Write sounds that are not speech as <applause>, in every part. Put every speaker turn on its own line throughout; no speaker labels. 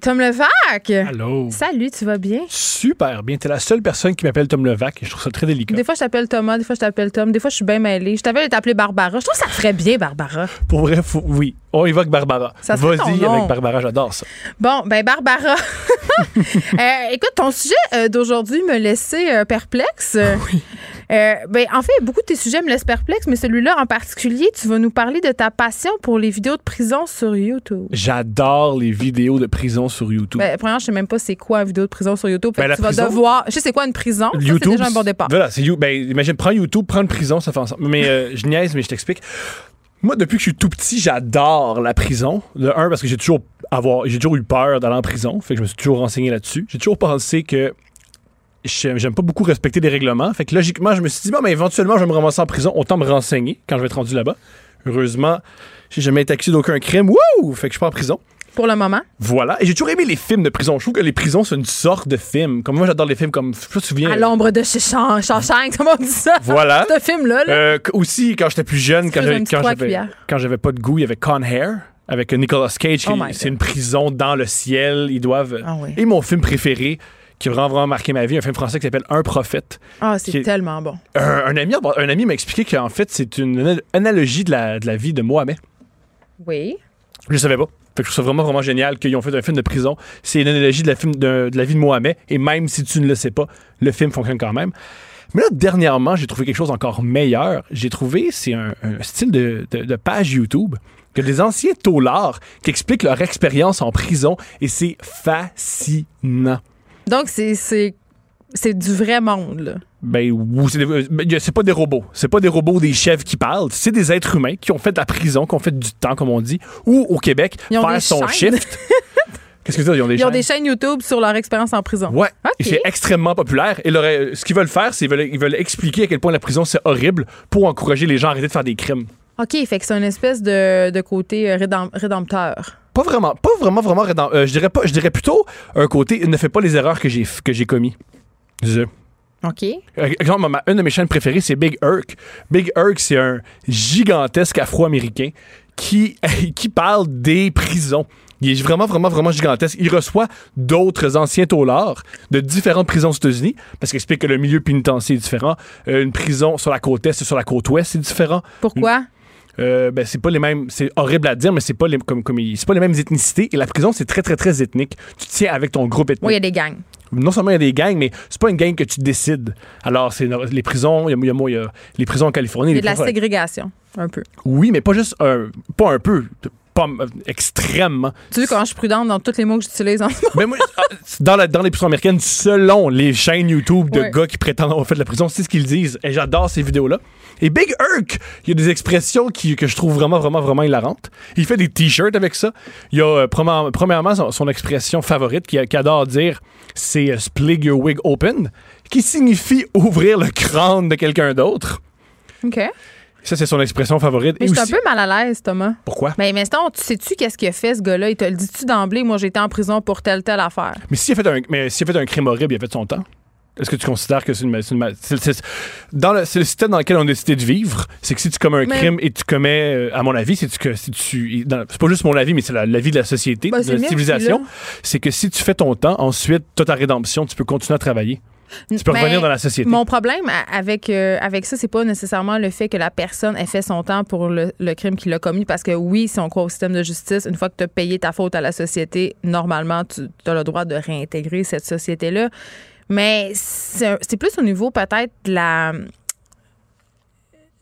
Tom Levac!
Allô?
Salut, tu vas bien?
Super bien. T'es la seule personne qui m'appelle Tom Levac et je trouve ça très délicat.
Des fois, je t'appelle Thomas, des fois, je t'appelle Tom, des fois, je suis bien mêlée. Je t'avais appelé Barbara. Je trouve que ça te ferait bien, Barbara.
Pour vrai, faut- oui. On évoque Barbara.
Ça serait ton
Vas-y
nom.
avec Barbara, j'adore ça.
Bon, ben, Barbara. <laughs> Euh, écoute, ton sujet euh, d'aujourd'hui me laissait euh, perplexe.
Ah
Oui. ben, en fait, beaucoup de tes sujets me laissent perplexe, mais celui-là en particulier, tu vas nous parler de ta passion pour les vidéos de prison sur YouTube.
J'adore les vidéos de prison sur YouTube.
Ben, premièrement, je sais même pas c'est quoi une vidéo de prison sur YouTube. Fait
Ben,
que
la
tu vas
prison-
devoir. Je sais c'est quoi une prison. Ah, Ça, c'est
YouTube.
déjà un bon départ.
Voilà, c'est You- ben, imagine, prends YouTube, prends une prison, ça fait ensemble. Mais euh, je niaise, mais je t'explique. Moi, depuis que je suis tout petit, j'adore la prison. De un, parce que j'ai toujours, avoir, j'ai toujours eu peur d'aller en prison. Fait que je me suis toujours renseigné là-dessus. J'ai toujours pensé que je- j'aime pas beaucoup respecter les règlements. Fait que logiquement, je me suis dit, bon, mais éventuellement, je vais me ramasser en prison. Autant me renseigner quand je vais être rendu là-bas. Heureusement, j'ai jamais été accusé d'aucun crime. Wouh! Fait que je suis pas en prison.
Pour le moment.
Voilà. Et j'ai toujours aimé les films de prison. Je trouve que les prisons, c'est une sorte de film. Comme moi, j'adore les films comme. Je sais pas si tu te souviens.
À l'ombre de chez Shang- Shawshank, comment on dit ça?
Voilà.
Ce film-là, là.
Euh, qu- aussi, quand j'étais plus jeune, quand
Excuse,
j'avais,
un petit
quand,
trois
j'avais,
cuillères.
quand j'avais pas de goût, il y avait Con Hair avec Nicolas Cage. qui-
Oh my
c'est
God.
une prison dans le ciel. Ils doivent.
Ah oui.
Et mon film préféré, qui a vraiment, vraiment marqué ma vie, un film français qui s'appelle Un prophète.
Ah, c'est
qui-
tellement bon.
Un, un ami, un ami m'a expliqué qu'en fait, c'est une ana- analogie de la, de la vie de Mohamed.
Oui.
Je savais pas. Fait que je trouve ça vraiment, vraiment génial qu'ils ont fait un film de prison. C'est une analogie de la, film- de, de la vie de Mohamed. Et même si tu ne le sais pas, le film fonctionne quand même. Mais là, dernièrement, j'ai trouvé quelque chose encore meilleur. J'ai trouvé, c'est un, un style de, de- de page YouTube que des anciens taulards qui expliquent leur expérience en prison. Et c'est fascinant.
Donc, c'est- c'est c'est du vrai monde, là.
Ben, ou c'est des- ben, y a- c'est pas des robots. C'est pas des robots, des chefs qui parlent. C'est des êtres humains qui ont fait de la prison, qui ont fait du temps, comme on dit, ou au Québec,
Ils ont
faire
des
son
chaînes. <laughs>
shift. Qu'est-ce que tu dis? Ils ont des
Ils ont
chaînes?
des chaînes YouTube sur leur expérience en prison.
Ouais,
Ok.
Et c'est extrêmement populaire. Et leur- euh, ce qu'ils veulent faire, c'est qu'ils veulent, ils veulent expliquer à quel point la prison c'est horrible pour encourager les gens à arrêter de faire des crimes.
OK, fait que c'est une espèce de, de côté euh, rédem- rédempteur.
Pas vraiment, pas vraiment, vraiment. rédem- euh, je dirais pas, je dirais plutôt un côté ne fais pas les erreurs que j'ai que j'ai commis. Je-
OK.
Euh, Exemple, ma- une de mes chaînes préférées, c'est Big Irk. Big Irk, c'est un gigantesque Afro-américain qui, <laughs> qui parle des prisons. Il est vraiment, vraiment, vraiment gigantesque. Il reçoit d'autres anciens taulards de différentes prisons aux États-Unis parce qu'il explique que le milieu pénitentiaire est différent. Euh, une prison sur la côte est et sur la côte ouest, c'est différent.
Pourquoi?
Euh, ben, c'est pas les mêmes. C'est horrible à dire, mais c'est pas, les, comme, comme, il- c'est pas les mêmes ethnicités. Et la prison, c'est très, très, très ethnique. Tu tiens avec ton groupe ethnique
Oui, il y a des gangs.
non seulement il y a des gangs, mais c'est pas une gang que tu décides. Alors, c'est une- les prisons, il y a- il y, a- il y a les prisons en Californie.
Il y
les
a de la
prisons-
ségrégation, un peu.
Oui, mais pas juste un, pas un peu, pas euh, extrêmement.
Tu vois comment je suis prudente dans tous les mots que j'utilise en ce moment?
Mais moi, ah, dans, la- dans les prisons américaines, selon les chaînes YouTube de
Ouais.
gars qui prétendent avoir fait de la prison, c'est ce qu'ils disent. Et j'adore ces vidéos-là. Et Big Irk, il y a des expressions qui- que je trouve vraiment, vraiment, vraiment hilarantes. Il fait des t-shirts avec ça. Il y a, euh, première- premièrement, son, son expression favorite qui qui adore dire, c'est euh, splig your wig open, qui signifie ouvrir le crâne de quelqu'un d'autre.
OK.
Ça, c'est son expression favorite.
Mais
Et
je suis un
aussi,
peu mal à l'aise, Thomas.
pourquoi?
Mais maintenant, tu sais-tu qu'est-ce qu'il a fait, ce gars-là? Il te le dit-tu d'emblée? Moi, j'étais en prison pour telle, telle affaire.
Mais s'il a, fait un- mais s'il a fait un crime horrible, il a fait son temps. Est-ce que tu considères que c'est une. ma- c'est une ma- c'est- c'est- dans le, c'est le système dans lequel on a décidé de vivre. C'est que si tu commets un
Mais-
crime et tu commets, euh, à mon avis, si tu. que- si tu- dans- c'est pas juste mon avis, mais c'est la- l'avis de la société,
Ben,
de la
c'est mieux,
civilisation.
celui-là.
C'est que si tu fais ton temps, ensuite, tu ta rédemption, tu peux continuer à travailler. Tu peux
Mais
revenir dans la société.
Mon problème a- avec, euh, avec ça, c'est pas nécessairement le fait que la personne ait fait son temps pour le, le crime qu'il a commis, parce que oui, si on croit au système de justice, une fois que tu as payé ta faute à la société, normalement, tu as le droit de réintégrer cette société-là. Mais c'est un- c'est plus au niveau peut-être de la,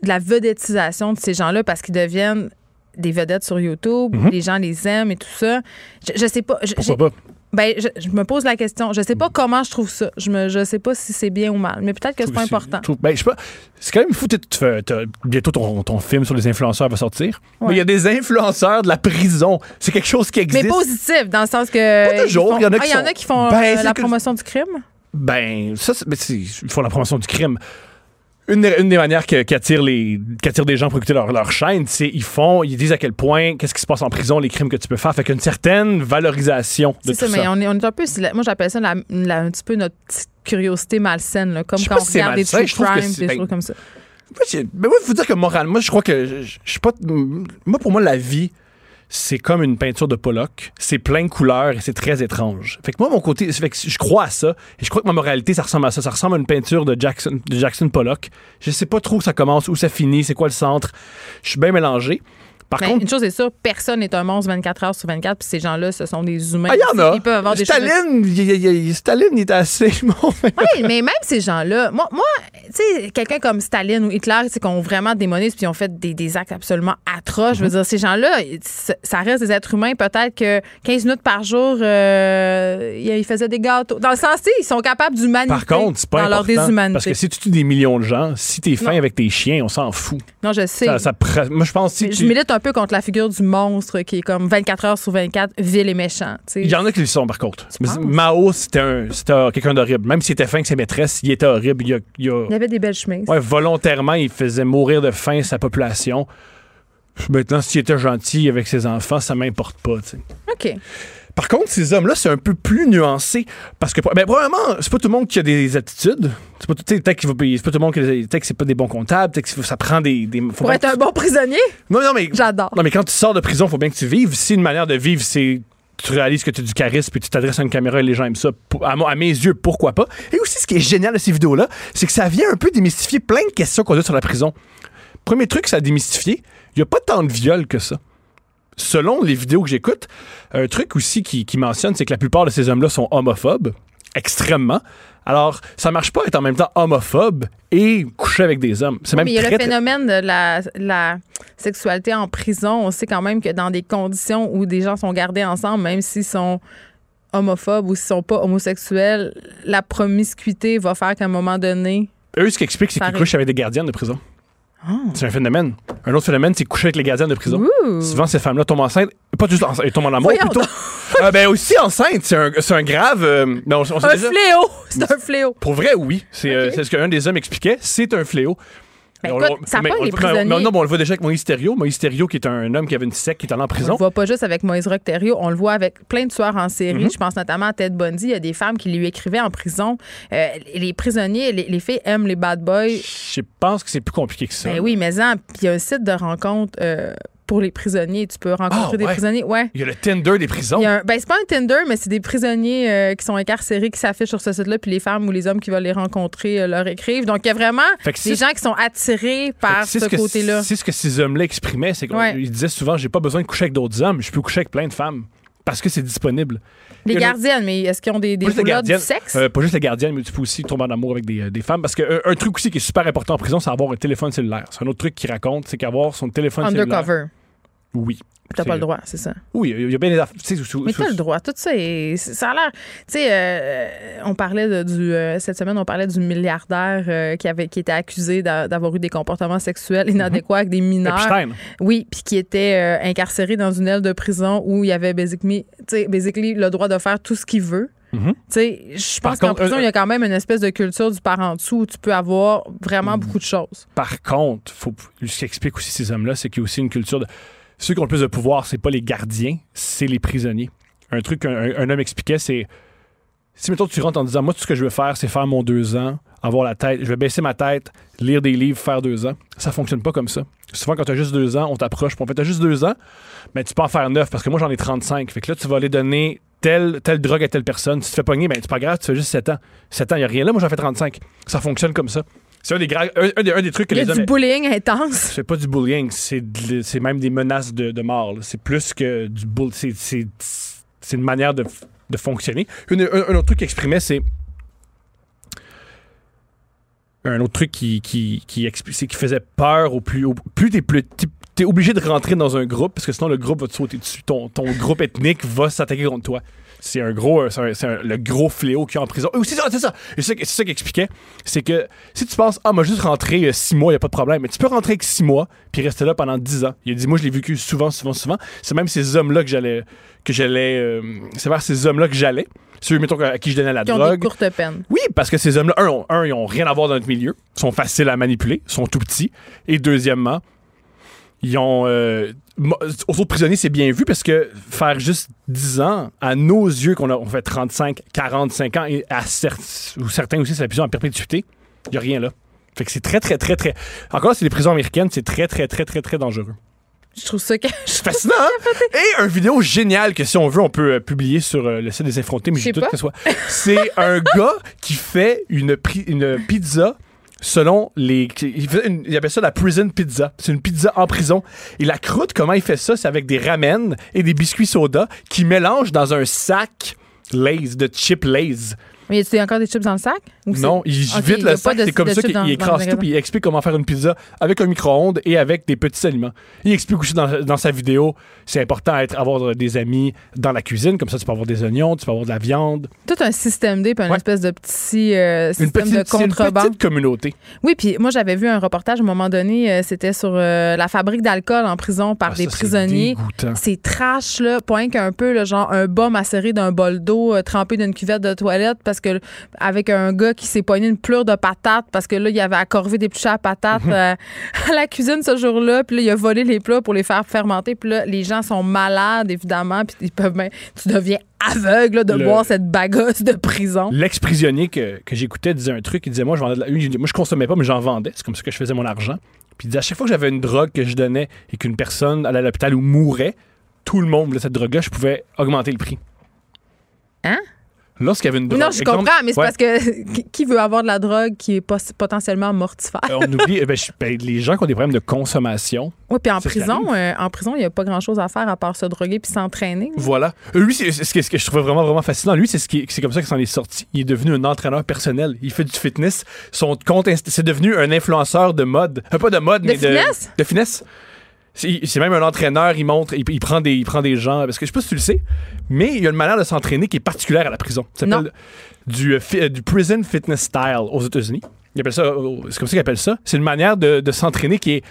de la vedettisation de ces gens-là, parce qu'ils deviennent des vedettes sur YouTube, les gens les aiment et tout ça. Je, je sais pas. je- j'ai-
Pourquoi pas?
ben, je, je me pose la question. Je
Mm.
sais pas comment je trouve ça. Je me, je sais pas si c'est bien ou mal, mais peut-être que c'est pas
Aussi,
important.
je trouve- ben, je sais pas. C'est quand même fou. t'es- tu fais- t'as- bientôt, ton, ton film sur les influenceurs va sortir. Mais il y a des influenceurs de la prison. C'est quelque chose qui
Mais
existe.
positif, dans le sens que.
Pas toujours,
ils font-
il y en a qui
Ah,
sont-
en a qui font
Ben,
euh,
c'est
la
que-
promotion du crime.
Ben, ça, c'est- mais c'est- ils font la promotion du crime. Une, des- une des manières que- qui attire, les, qui attire des gens pour écouter leur, leur chaîne, c'est ils font, ils disent à quel point, qu'est-ce qui se passe en prison, les crimes que tu peux faire. Fait qu'une certaine valorisation de
C'est
tout
ça,
ça.
mais on est, on est un peu. Moi, j'appelle ça la- la- un petit peu notre petite curiosité malsaine, là, comme
Je sais
quand
pas
on
si c'est
regarde des
malsain,
true
je trouve que
crime,
c'est- ben,
des choses comme ça.
Moi, j'ai- mais moi, faut dire que moralement, je crois que je, je- je suis pas. Moi, pour moi, la vie, c'est comme une peinture de Pollock. C'est plein de couleurs et c'est très étrange. Fait que moi, mon côté, fait que je crois à ça. Et je crois que ma moralité, ça ressemble à ça. Ça ressemble à une peinture de Jackson, de Jackson Pollock. Je sais pas trop où ça commence, où ça finit, c'est quoi le centre. Je suis bien mélangé. Par
Ben,
contre,
une chose est sûre, personne n'est un monstre 24 heures sur 24, puis ces gens-là, ce sont des humains.
ah, il y en a.
Ils peuvent avoir des choses.
Staline, il- il- il- Staline, il était assez bon.
Oui, mais même ces gens-là, moi, moi tu sais, quelqu'un comme Staline ou Hitler, c'est qu'on vraiment démonisé puis ils ont fait des, des actes absolument atroces. Je
Mhm.
veux dire, ces gens-là, c- ça reste des êtres humains. Peut-être que 15 minutes par jour, euh, ils faisaient des gâteaux. Dans le sens, tu sais, ils sont capables d'humanité.
Par contre, c'est pas
dans leur
important.
déshumanité.
Parce que si tu tues des millions de gens, si t'es fin avec tes chiens, on s'en fout.
Non, je sais.
Ça, ça pre- moi, je pense que si
Mais
tu-
Je milite un peu contre la figure du monstre qui est comme 24 heures sur 24, vil et méchant. tu sais.
Il y en a qui le sont, par contre. Mais
penses?
Mao, c'était un- c'était quelqu'un d'horrible. Même s'il était fin avec ses maîtresses, il était horrible. Il a, il a-
Il y avait des belles chemises.
ouais, volontairement, il faisait mourir de faim sa population. Maintenant, s'il était gentil avec ses enfants, ça m'importe pas. tu sais.
OK.
Par contre, ces hommes-là, c'est un peu plus nuancé. Parce que, ben, premièrement, c'est pas tout le monde qui a des aptitudes. C'est pas, tout- tu sais, peut-être qu'il va payer- c'est pas tout le monde qui a des- peut-être que c'est pas des bons comptables. Peut-être que ça prend des. des- faut
Pour
bien
être un bon prisonnier,
Non, non, mais.
j'adore.
Non, mais quand tu sors de prison, faut bien que tu vives. Si une manière de vivre, c'est tu réalises que tu as du charisme puis tu t'adresses à une caméra et les gens aiment ça. Pour- À, mo- à mes yeux, pourquoi pas? Et aussi, ce qui est génial de ces vidéos-là, c'est que ça vient un peu démystifier plein de questions qu'on a sur la prison. Premier truc, ça a démystifié, il n'y a pas tant de viols que ça. Selon les vidéos que j'écoute, un truc aussi qui, qui mentionne, c'est que la plupart de ces hommes-là sont homophobes, extrêmement. Alors, ça marche pas être en même temps homophobe et coucher avec des hommes. C'est même
Mais il y a
très,
le
très-
phénomène de la, la sexualité en prison. On sait quand même que dans des conditions où des gens sont gardés ensemble, même s'ils sont homophobes ou s'ils sont pas homosexuels, la promiscuité va faire qu'à un moment donné,
Eux, ce qu'ils expliquent, c'est qu'ils
Pareil. Ah.
couchent avec des gardiennes de prison. C'est un phénomène. Un autre phénomène, c'est coucher avec les gardiennes de prison.
Ouh.
Souvent, ces femmes-là tombent enceintes. Pas juste enceintes, elles tombent en amour
Voyons
plutôt. Euh, ben aussi enceintes, c'est un, c'est un grave. euh, ben, on- on sait
un
déjà-
fléau, <laughs> c'est un fléau.
Pour vrai, oui. C'est euh, c'est ce qu'un des hommes expliquait. C'est un fléau.
Ben,
On-
écoute,
on-
ça
mais
pogne
on-
les
mais- mais-
prisonniers.
non, mais on le voit déjà avec Moïse Thériault. Moïse Thériault, qui est un homme qui avait une sec, qui est allé en
On le
prison.
voit pas juste avec Moïse Rock Thériault, on le voit avec plein de tueurs en série.
Mm-hmm.
Je pense notamment à Ted Bundy. Il y a des femmes qui lui écrivaient en prison. Euh, les prisonniers, les, les filles aiment les bad boys.
Je pense que c'est plus compliqué que ça.
Ben oui, mais en, puis il y a un site de rencontre euh, pour les prisonniers. Tu peux rencontrer
Ah,
des
ouais. Oh.
prisonniers. Ouais.
Il y a le Tinder des prisons.
Il y a un- ben, c'est pas un Tinder, mais c'est des prisonniers euh, qui sont incarcérés qui s'affichent sur ce site-là, puis les femmes ou les hommes qui veulent les rencontrer euh, leur écrivent. Donc, il y a vraiment
Fait que
des
c'est-
gens qui sont attirés
Fait
par
que c'est
ce
que-
côté-là.
C'est ce que ces hommes-là exprimaient, c'est qu'ils
Ouais.
disaient souvent j'ai pas besoin de coucher avec d'autres hommes, je peux coucher avec plein de femmes parce que c'est disponible.
Les
Il y a une-
gardiennes, mais est-ce qu'ils ont des, des
Pas juste les
roulottes du
gardiennes,
sexe?
euh, pas juste les gardiennes, mais tu peux aussi tomber en amour avec des, euh, des femmes. Parce que euh, un truc aussi qui est super important en prison, c'est avoir un téléphone cellulaire. C'est un autre truc qu'ils raconte, c'est qu'avoir son téléphone cellulaire.
Undercover.
Oui.
T'as
C'est-
pas le droit, c'est ça.
Oui, il y a- il y a bien des affaires. tu sais, sous-
Mais
sous-
t'as le droit. Tout ça, est- ça a l'air. Tu sais, euh, on parlait de- du. euh, cette semaine, on parlait du milliardaire euh, qui, avait, qui était accusé d'a- d'avoir eu des comportements sexuels
Mhm.
inadéquats avec des mineurs.
Epstein.
Oui, puis qui était euh, incarcéré dans une aile de prison où il avait basically, tu sais, basically le droit de faire tout ce qu'il veut.
Mhm.
Tu sais, je
Par
pense qu'en
contre,
prison,
euh,
il y a quand même une espèce de culture du parent dessous où tu peux avoir
Mhm.
vraiment beaucoup de choses.
Par contre, faut, ce qui explique aussi ces hommes-là, c'est qu'il y a aussi une culture de. Ceux qui ont le plus de pouvoir, c'est pas les gardiens, c'est les prisonniers. Un truc qu'un un- un homme expliquait, c'est. Si, mettons, tu rentres en disant, moi, tout ce que je veux faire, c'est faire mon deux ans, avoir la tête, je vais baisser ma tête, lire des livres, faire deux ans. Ça fonctionne pas comme ça. Souvent, quand t'as juste deux ans, on t'approche, puis on fait, t'as juste deux ans, mais tu peux en faire neuf, parce que moi, j'en ai 35. Fait que là, tu vas aller donner telle, telle drogue à telle personne. Si tu te fais pogner, ben, c'est pas grave, tu fais juste sept ans. Sept ans, y a rien là, moi, j'en fais 35. Ça fonctionne comme ça. C'est un des, gra- un- un des- un des trucs que
Il y a
les
du
hommes.
bullying <laughs> intense.
C'est pas du bullying, c'est de- c'est même des menaces de, de mort. là. C'est plus que du bull. C'est c'est- c'est une manière de, f- de fonctionner. Une- un, un autre truc qu'il exprimait, c'est. Un autre truc qui, qui, qui, expli- c'est qu'il faisait peur au plus. Au, plus t'es plus. t'es- T'es obligé de rentrer dans un groupe parce que sinon le groupe va te sauter dessus. Ton, ton groupe ethnique va s'attaquer contre toi. C'est un gros. euh, C'est un- c'est un- le gros fléau qu'il y a en prison. Et aussi, ah, c'est ça. Et C'est ça, c'est ça qu'il expliquait. C'est que si tu penses, ah, moi, juste rentrer euh, six mois, il a pas de problème. Mais tu peux rentrer avec six mois puis rester là pendant dix ans. Il a dit, moi, je l'ai vécu souvent, souvent, souvent. C'est même ces hommes-là que j'allais. que j'allais euh, c'est vers ces hommes-là que j'allais. Ceux, mettons, à qui je donnais la
Qui ont des
drogue.
courtes peines.
Oui, parce que ces hommes-là, un, ont- un, ils ont rien à voir dans notre milieu, sont faciles à manipuler, sont tout petits. Et deuxièmement, ils ont. Euh, mo- aux autres prisonniers, c'est bien vu parce que faire juste 10 ans, à nos yeux, qu'on a on fait 35, 45 ans, et à certes- ou certains aussi, c'est la prison en perpétuité, il n'y a rien là. Fait que c'est très, très, très, très. Encore, c'est les prisons américaines, c'est très, très, très, très, très dangereux.
Je trouve ça que.
C'est fascinant, hein? Et une vidéo géniale que, si on veut, on peut euh, publier sur euh, le site des Effrontés, mais
Je
je
sais
doute
pas.
que ce soit. C'est
<laughs>
un gars qui fait une, pri- une pizza selon les... Il, fait une- il appelle ça la prison pizza. C'est une pizza en prison. Et la croûte, comment il fait ça? C'est avec des ramen et des biscuits soda qu'il mélange dans un sac Lays, de chip Lays.
<laughs> Mais y a-tu encore des chips dans le sac? Ou c'est-
Non, il
Ok,
vide
y a
le
pas
sac.
de-
C'est comme
de
ça
chips dans-
qu'il
dans
il écrase
le
tout puis il explique comment faire une pizza avec un micro-ondes et avec des petits aliments. Il explique aussi dans, dans sa vidéo, c'est important d'être avoir des amis dans la cuisine, comme ça tu peux avoir des oignons, tu peux avoir de la viande.
Tout un système D, puis une
Ouais.
espèce de petit euh,
Une
système
petite,
de
c'est une
contrebande.
petite communauté.
Oui, puis moi, j'avais vu un reportage à un moment donné, euh, c'était sur euh, la fabrique d'alcool en prison par
Ah,
des
ça, c'est
prisonniers.
dégoûtant.
C'est trash, là, point qu'un peu, là, genre un bas macéré d'un bol d'eau euh, trempé d'une cuvette de toilette parce que avec un gars qui s'est pogné une plure de patates parce que là, il avait accorvé des petits à patates
Mhm.
euh, <laughs> à la cuisine ce jour-là, puis là, il a volé les plats pour les faire fermenter, puis là, les gens sont malades, évidemment, puis ils peuvent même. Tu deviens aveugle là, de
Le-
boire cette bagasse de prison.
L'ex-prisonnier que, que j'écoutais disait un truc. Il disait Moi, je vendais de la- lui, il dit, Moi, je consommais pas, mais j'en vendais. C'est comme ça que je faisais mon argent. Puis il disait À chaque fois que j'avais une drogue que je donnais et qu'une personne allait à l'hôpital ou mourait, tout le monde voulait cette drogue-là, je pouvais augmenter le prix.
Hein?
Lorsqu'il y avait une drogue.
non, je
exemple-
comprends, mais c'est
Ouais.
parce que <laughs> qui- qui veut avoir de la drogue qui est pos- potentiellement mortifère?
Euh, on oublie, euh, ben, je- ben, les gens qui ont des problèmes de consommation,
Oui, puis en
C'est ce qui
prison, euh, en prison, il n'y a pas grand-chose à faire à part se droguer puis s'entraîner.
voilà. Euh, Lui, c'est c'est ce que, ce que je trouvais vraiment, vraiment fascinant. Lui, c'est ce qui- c'est comme ça qu'il s'en est sorti. Il est devenu un entraîneur personnel. Il fait du fitness. Son compte, Insta- c'est devenu un influenceur de mode. Euh, pas de mode,
De
mais
finesse?
de finesse. C'est c'est même un entraîneur. Il montre, il, il prend des, il prend des gens. Parce que je sais pas si tu le sais, mais il y a une manière de s'entraîner qui est particulière à la prison. Ça
Non.
s'appelle du, euh, fi- euh, du prison fitness style aux États-Unis. Ils appellent ça, euh, c'est comme ça qu'ils appellent ça. C'est une manière de, de s'entraîner qui est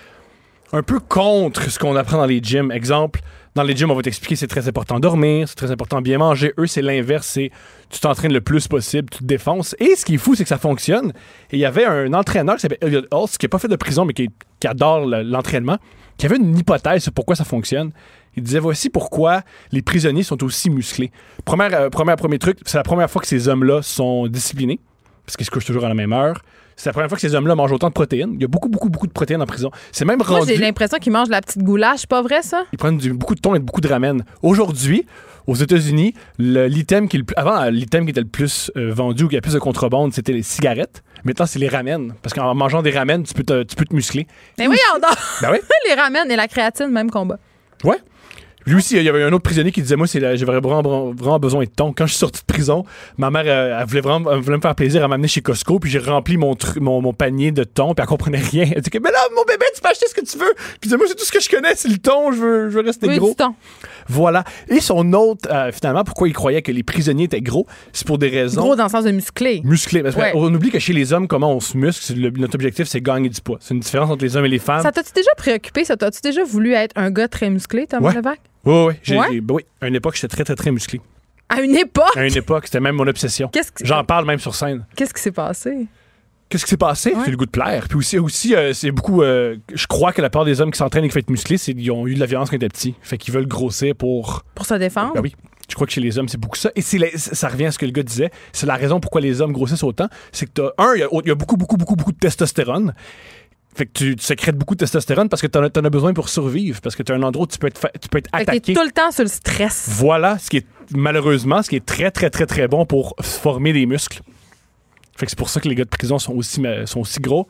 un peu contre ce qu'on apprend dans les gyms. Exemple, dans les gyms, on va t'expliquer c'est très important de dormir, c'est très important de bien manger. Eux, c'est l'inverse, c'est tu t'entraînes le plus possible, tu te défonces. Et ce qui est fou, c'est que ça fonctionne. Et il y avait un entraîneur qui s'appelle Elliot Hulse, qui n'a pas fait de prison, mais qui, qui adore le- l'entraînement, qui avait une hypothèse sur pourquoi ça fonctionne. Il disait voici pourquoi les prisonniers sont aussi musclés. Première, euh, première- premier truc, c'est la première fois que ces hommes-là sont disciplinés, parce qu'ils se couchent toujours à la même heure. C'est la première fois que ces hommes-là mangent autant de protéines. Il y a beaucoup, beaucoup, beaucoup de protéines en prison. C'est même
Moi,
rendu.
j'ai l'impression qu'ils mangent de la petite goulache, pas vrai, ça?
Ils prennent du- beaucoup de thon et beaucoup de ramen. Aujourd'hui, aux États-Unis, le- l'item qui est le plus- avant euh, l'item qui était le plus euh, vendu ou qui a le plus de contrebande, c'était les cigarettes. Maintenant, c'est les ramen parce qu'en mangeant des ramen, tu peux te, tu peux te muscler.
Mais voyons donc!
<laughs> Ben ouais.
<laughs> les ramènes et la créatine, même combat.
Ouais. Lui aussi, il y avait un autre prisonnier qui disait Moi, c'est la- j'avais vraiment, vraiment besoin de thon. Quand je suis sorti de prison, ma mère, euh, elle voulait vraiment elle voulait me faire plaisir. Elle m'amener chez Costco, puis j'ai rempli mon, tru- mon, mon panier de thon, puis elle comprenait rien. Elle disait Mais là, mon bébé, tu peux acheter ce que tu veux. Puis elle disait Moi, c'est tout ce que je connais, c'est le thon, je veux, je veux rester
Oui,
gros.
du thon.
Voilà. Et son autre, euh, finalement, pourquoi il croyait que les prisonniers étaient gros, c'est pour des raisons
Gros dans le sens de musclé.
musclées. Parce que
Ouais.
On oublie que chez les hommes, comment on se muscle, c'est le- notre objectif, c'est gagner du poids. C'est une différence entre les hommes et les femmes.
Ça t'a-tu déjà préoccupé? Ça t'as-tu déjà voulu être un gars très musclé, Thomas
Ouais.
Levac?
Oui, oui, j'ai-
Ouais.
ben oui. À une époque, j'étais très, très, très musclé.
À une
<laughs>
époque? <laughs>
À une époque, c'était même mon obsession.
Qu'est-ce que-
J'en parle même sur scène.
Qu'est-ce qui s'est passé?
Qu'est-ce qui s'est passé?
Ouais.
C'est le goût de plaire. Puis aussi, aussi euh, c'est beaucoup. euh, je crois que la part des hommes qui s'entraînent et qui font être musclés, c'est qu'ils ont eu de la violence quand ils étaient petits. Fait qu'ils veulent grossir pour
Pour se défendre?
Ben oui. Je crois que chez les hommes, c'est beaucoup ça. Et c'est la- ça revient à ce que le gars disait. C'est la raison pourquoi les hommes grossissent autant. C'est que t'as, un, il y a- il y, a beaucoup, beaucoup, beaucoup, beaucoup de testostérone. Fait que tu, tu sécrètes beaucoup de testostérone parce que t'en as, t'en as besoin pour survivre. Parce que t'as un endroit où tu peux être, fa- tu peux être
Fait que t'es
attaqué.
tout le temps sur le stress.
Voilà ce qui est, malheureusement, ce qui est très, très, très, très bon pour se former des muscles. Fait que c'est pour ça que les gars de prison sont aussi, ma- sont aussi gros.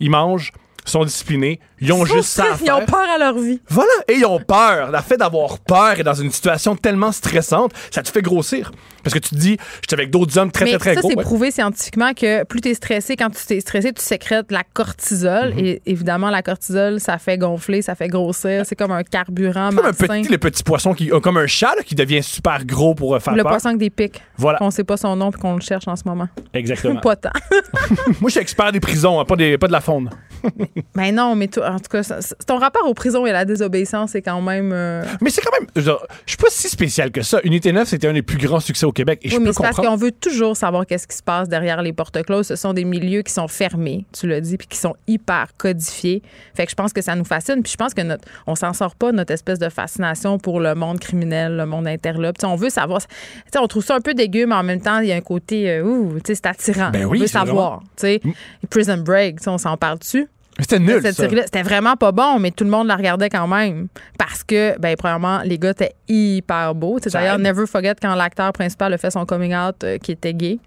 Ils mangent, sont disciplinés, ils ont
Ils sont
juste ça à
stress, Ils ont
faire.
peur à leur vie.
Voilà, et ils ont peur. Le fait d'avoir peur et dans une situation tellement stressante, ça te fait grossir. Parce que tu te dis, j'étais avec d'autres hommes très,
Mais
très, très
ça,
gros.
c'est
ouais.
prouvé scientifiquement que plus t'es stressé, quand tu t'es stressé, tu sécrètes la cortisol.
Mm-hmm.
Et évidemment, la cortisol, ça fait gonfler, ça fait grossir. C'est comme un carburant
Comme un
malsain.
petit, le petit poisson, qui, euh, comme un chat là, qui devient super gros pour euh, faire
le
peur.
poisson avec des pics.
Voilà.
Qu'on sait pas son nom puis qu'on le cherche en ce moment. <laughs>
Exactement.
Pas tant.
Moi, je suis expert des prisons, hein, pas, des, pas de la faune.
Mais Ben non, mais toi, en tout cas, ça- c'est- ton rapport aux prisons et à la désobéissance est quand même. euh,
Mais c'est quand même. Je veux dire, je suis pas si spécial que ça. Unité 9, c'était un des plus grands succès au Québec. Et je
oui, mais
peux
c'est parce
comprendre.
qu'on veut toujours savoir qu'est-ce qui se passe derrière les portes closes. Ce sont des milieux qui sont fermés, tu l'as dit, puis qui sont hyper codifiés. Fait que je pense que ça nous fascine. Puis je pense que notre, on s'en sort pas notre espèce de fascination pour le monde criminel, le monde interlope. Tu sais, on veut savoir. tu sais, on trouve ça un peu dégueu, mais en même temps, il y a un côté euh, ouh, tu sais, c'est attirant.
Ben
on
oui,
veut
c'est
savoir. tu sais. Prison Break, tu sais, on s'en parle dessus.
C'était
de
nul.
cette
ça.
série-là. C'était vraiment pas bon, mais tout le monde la regardait quand même. Parce que, ben, premièrement, les gars étaient hyper beaux. Tu sais,
Ça
D'ailleurs,
aide.
Never Forget quand l'acteur principal a fait son coming out euh, qui était gay.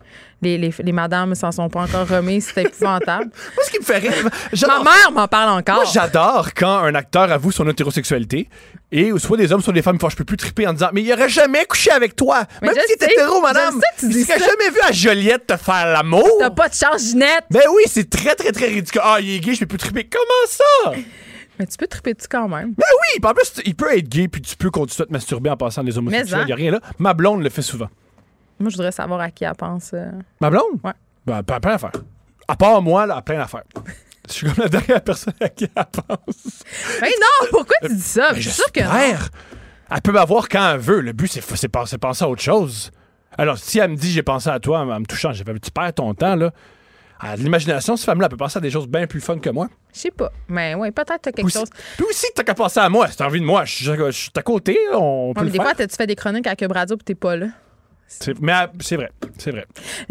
Les, les, les madames s'en sont pas encore remises. C'était
<laughs>
épouvantable.
Moi, ce qui me fait rire,
Ma
j'adore
mère m'en parle encore.
Moi, j'adore quand un acteur avoue son hétérosexualité et soit des hommes, soit des femmes, font je peux plus triper en disant Mais il aurait jamais couché avec toi,
Mais
même
je
si t'es
sais,
hétéro,
je
madame.
sais que tu
Il
dis
serait
ça.
jamais vu à Joliette te faire l'amour.
T'as pas de chance, Ginette.
Ben oui, c'est très, très, très ridicule. Ah, il est gay, je peux plus triper. Comment ça Ben
Mais tu peux triper dessus quand même.
oui, puis en plus, tu- il peut être gay, puis tu peux continuer à te masturber en passant les homosexuels.
Mais, hein.
Il y a rien là. Ma blonde le fait souvent.
Moi, je voudrais savoir à qui elle pense. euh.
Ma blonde
Ouais.
Ben, pas plein d'affaires. À part moi, là, à plein d'affaires. <laughs> Je suis comme la dernière personne à qui elle pense.
Mais non, pourquoi tu dis ça?
Mais
Je suis sûre que non.
Euh, ben, j'espère. Elle peut m'avoir quand elle veut. Le but, c'est c'est pas- c'est penser à autre chose. Alors, si elle me dit j'ai pensé à toi en en me touchant, j'ai fait, tu perds ton temps, là. À l'imagination, cette femme-là, elle peut penser à des choses bien plus fun que moi.
Je sais pas. Mais oui, peut-être t'as quelque
Puis aussi,
chose.
puis aussi, t'as qu'à penser à moi. Si t'as envie de moi, je, je- je suis à côté, on peut
Ouais, mais
le
des
faire.
fois, t'as- tu fais des chroniques à Cube Radio puis t'es pas là.
C'est- Mais euh, c'est vrai, c'est vrai.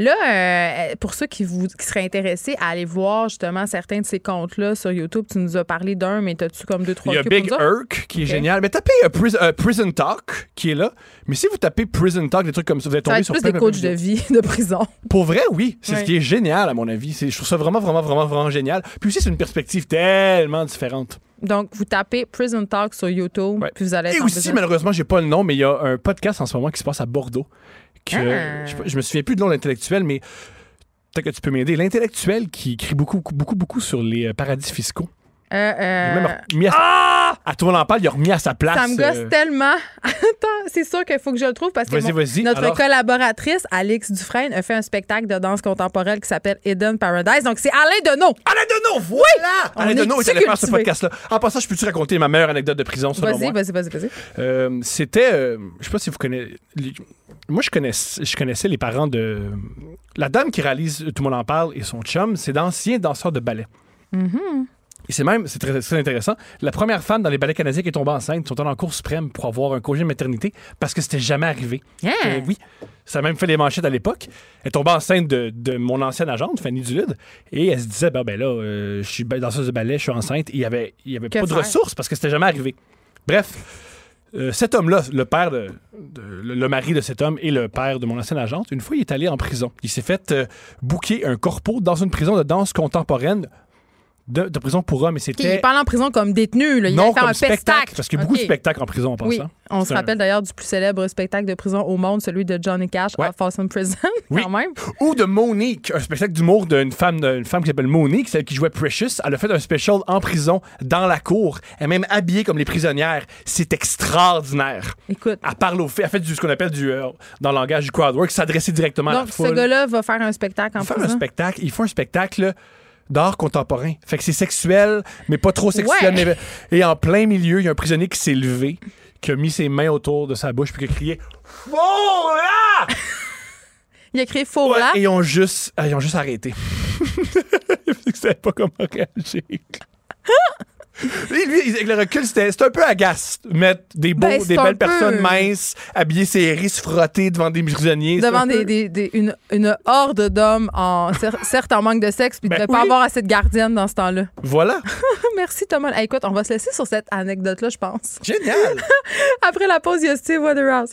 Là, euh, pour ceux qui, vous, qui seraient intéressés à aller voir justement certains de ces comptes-là sur YouTube, tu nous as parlé d'un, mais t'as-tu comme deux, trois
Il y a
queues pour
Big
nous autres?
Irk qui est
Ok.
génial. Mais tapez euh, Pris- euh, Prison Talk qui est là. Mais si vous tapez Prison Talk, des trucs comme ça, vous allez
Ça va
tomber
être
sur
plus
plein,
des
plein, plein
coachs de
de
vie, <laughs> de prison.
Pour vrai, oui. C'est
Ouais.
ce qui est génial, à mon avis. C'est- Je trouve ça vraiment, vraiment, vraiment, vraiment génial. Puis aussi, c'est une perspective tellement différente.
Donc, vous tapez Prison Talk sur YouTube,
Ouais.
puis vous allez
Et
être en
aussi,
prison.
malheureusement, j'ai pas le nom, mais il y a un podcast en ce moment qui se passe à Bordeaux. Que,
Ah.
je, sais pas- je me souviens plus de nom de l'intellectuel, mais peut-être que tu peux m'aider. L'intellectuel qui écrit beaucoup, beaucoup, beaucoup, beaucoup sur les euh, paradis fiscaux.
Euh,
Il a
euh,
même remis à, sa... ah! à toi, on en parle, il a remis à sa place.
ça me gosse
euh,
tellement. <laughs> Attends, c'est sûr qu'il faut que je le trouve parce que
Vas-y,
mon-
vas-y.
notre
Alors-
collaboratrice, Alix Dufresne, a fait un spectacle de danse contemporaine qui s'appelle Hidden Paradise. Donc, c'est Alain Deneau.
Alain Deneau, voilà!
On
Alain
est
Deneau est allé faire ce
cultivé.
podcast-là. En passant, je peux-tu raconter ma meilleure anecdote de prison, selon
Vas-y,
moi?
vas-y, vas-y, vas-y.
Euh, c'était. euh, je sais pas si vous connaissez. les- moi, je connaissais, je connaissais les parents de. La dame qui réalise Tout le monde en parle et son chum, c'est d'anciens danseurs de ballet.
Mm-hmm.
Et c'est même, c'est très, très intéressant, la première femme dans les ballets canadiens qui est tombée enceinte, ils sont allés en cours suprême pour avoir un congé de maternité parce que c'était jamais arrivé.
Yeah.
Euh, oui, ça a même fait les manchettes à l'époque. Elle est tombée enceinte de, de mon ancienne agente, Fanny Dulude, et elle se disait, ben, ben là, euh, je suis ba- danseuse de ballet, je suis enceinte. Et il n'y avait, il y avait
Que
pas de
faire?
ressources parce que c'était jamais arrivé. Bref, euh, cet homme-là, le père de, de- le, le mari de cet homme et le père de mon ancienne agente, une fois, il est allé en prison. Il s'est fait euh, booker un corpo dans une prison de danse contemporaine de, de prison pour hommes. Et
Puis Il
c'était
parle en prison comme détenu. Là. Il
non
a fait
comme
un
spectacle, parce qu'il y a beaucoup
Ok.
de spectacles en prison en passant.
Oui, on se
C'est un-
rappelle d'ailleurs du plus célèbre spectacle de prison au monde, celui de Johnny Cash,
Ouais.
à Folsom Prison, <laughs>
Oui.
quand même.
Ou de Monique, un spectacle d'humour d'une femme, une femme qui s'appelle Monique, celle qui jouait Precious. Elle a fait un special en prison, dans la cour. Elle est même habillée comme les prisonnières. C'est extraordinaire.
Écoute,
Elle parle aux filles, elle fait du, ce qu'on appelle du, euh, dans le langage du crowd work, s'adresser directement à
donc
la
ce
foule.
gars-là va faire un spectacle en
Ils font un
prison.
spectacle, ils font un spectacle d'art contemporain. Fait que c'est sexuel, mais pas trop sexuel.
Ouais.
mais- et en plein milieu, il y a un prisonnier qui s'est levé, qui a mis ses mains autour de sa bouche, puis qui a crié ah! « Faux là! »
Il a créé Faux
Ouais,
là.
Et ils ont juste, ah, ils ont juste arrêté. <laughs> Ils savaient pas comment réagir. Et lui, il- avec le recul, c'était c'était un peu agace. Mettre des, beaux,
Ben, c'est
des
un
belles
peu-
personnes minces, habillées serrées, se frotter devant des prisonniers. c'est
devant
un peu-
des, des- des- une, une horde d'hommes, en, cer- <laughs> certes en manque de sexe, puis de
Ben
ne pas
oui.
avoir assez de gardiennes dans ce temps-là. <laughs>
Voilà.
Merci Thomas. Hey, écoute, on va se laisser sur cette anecdote-là, je pense. <laughs>
Génial.
Après la pause, il y a Steve Waterhouse.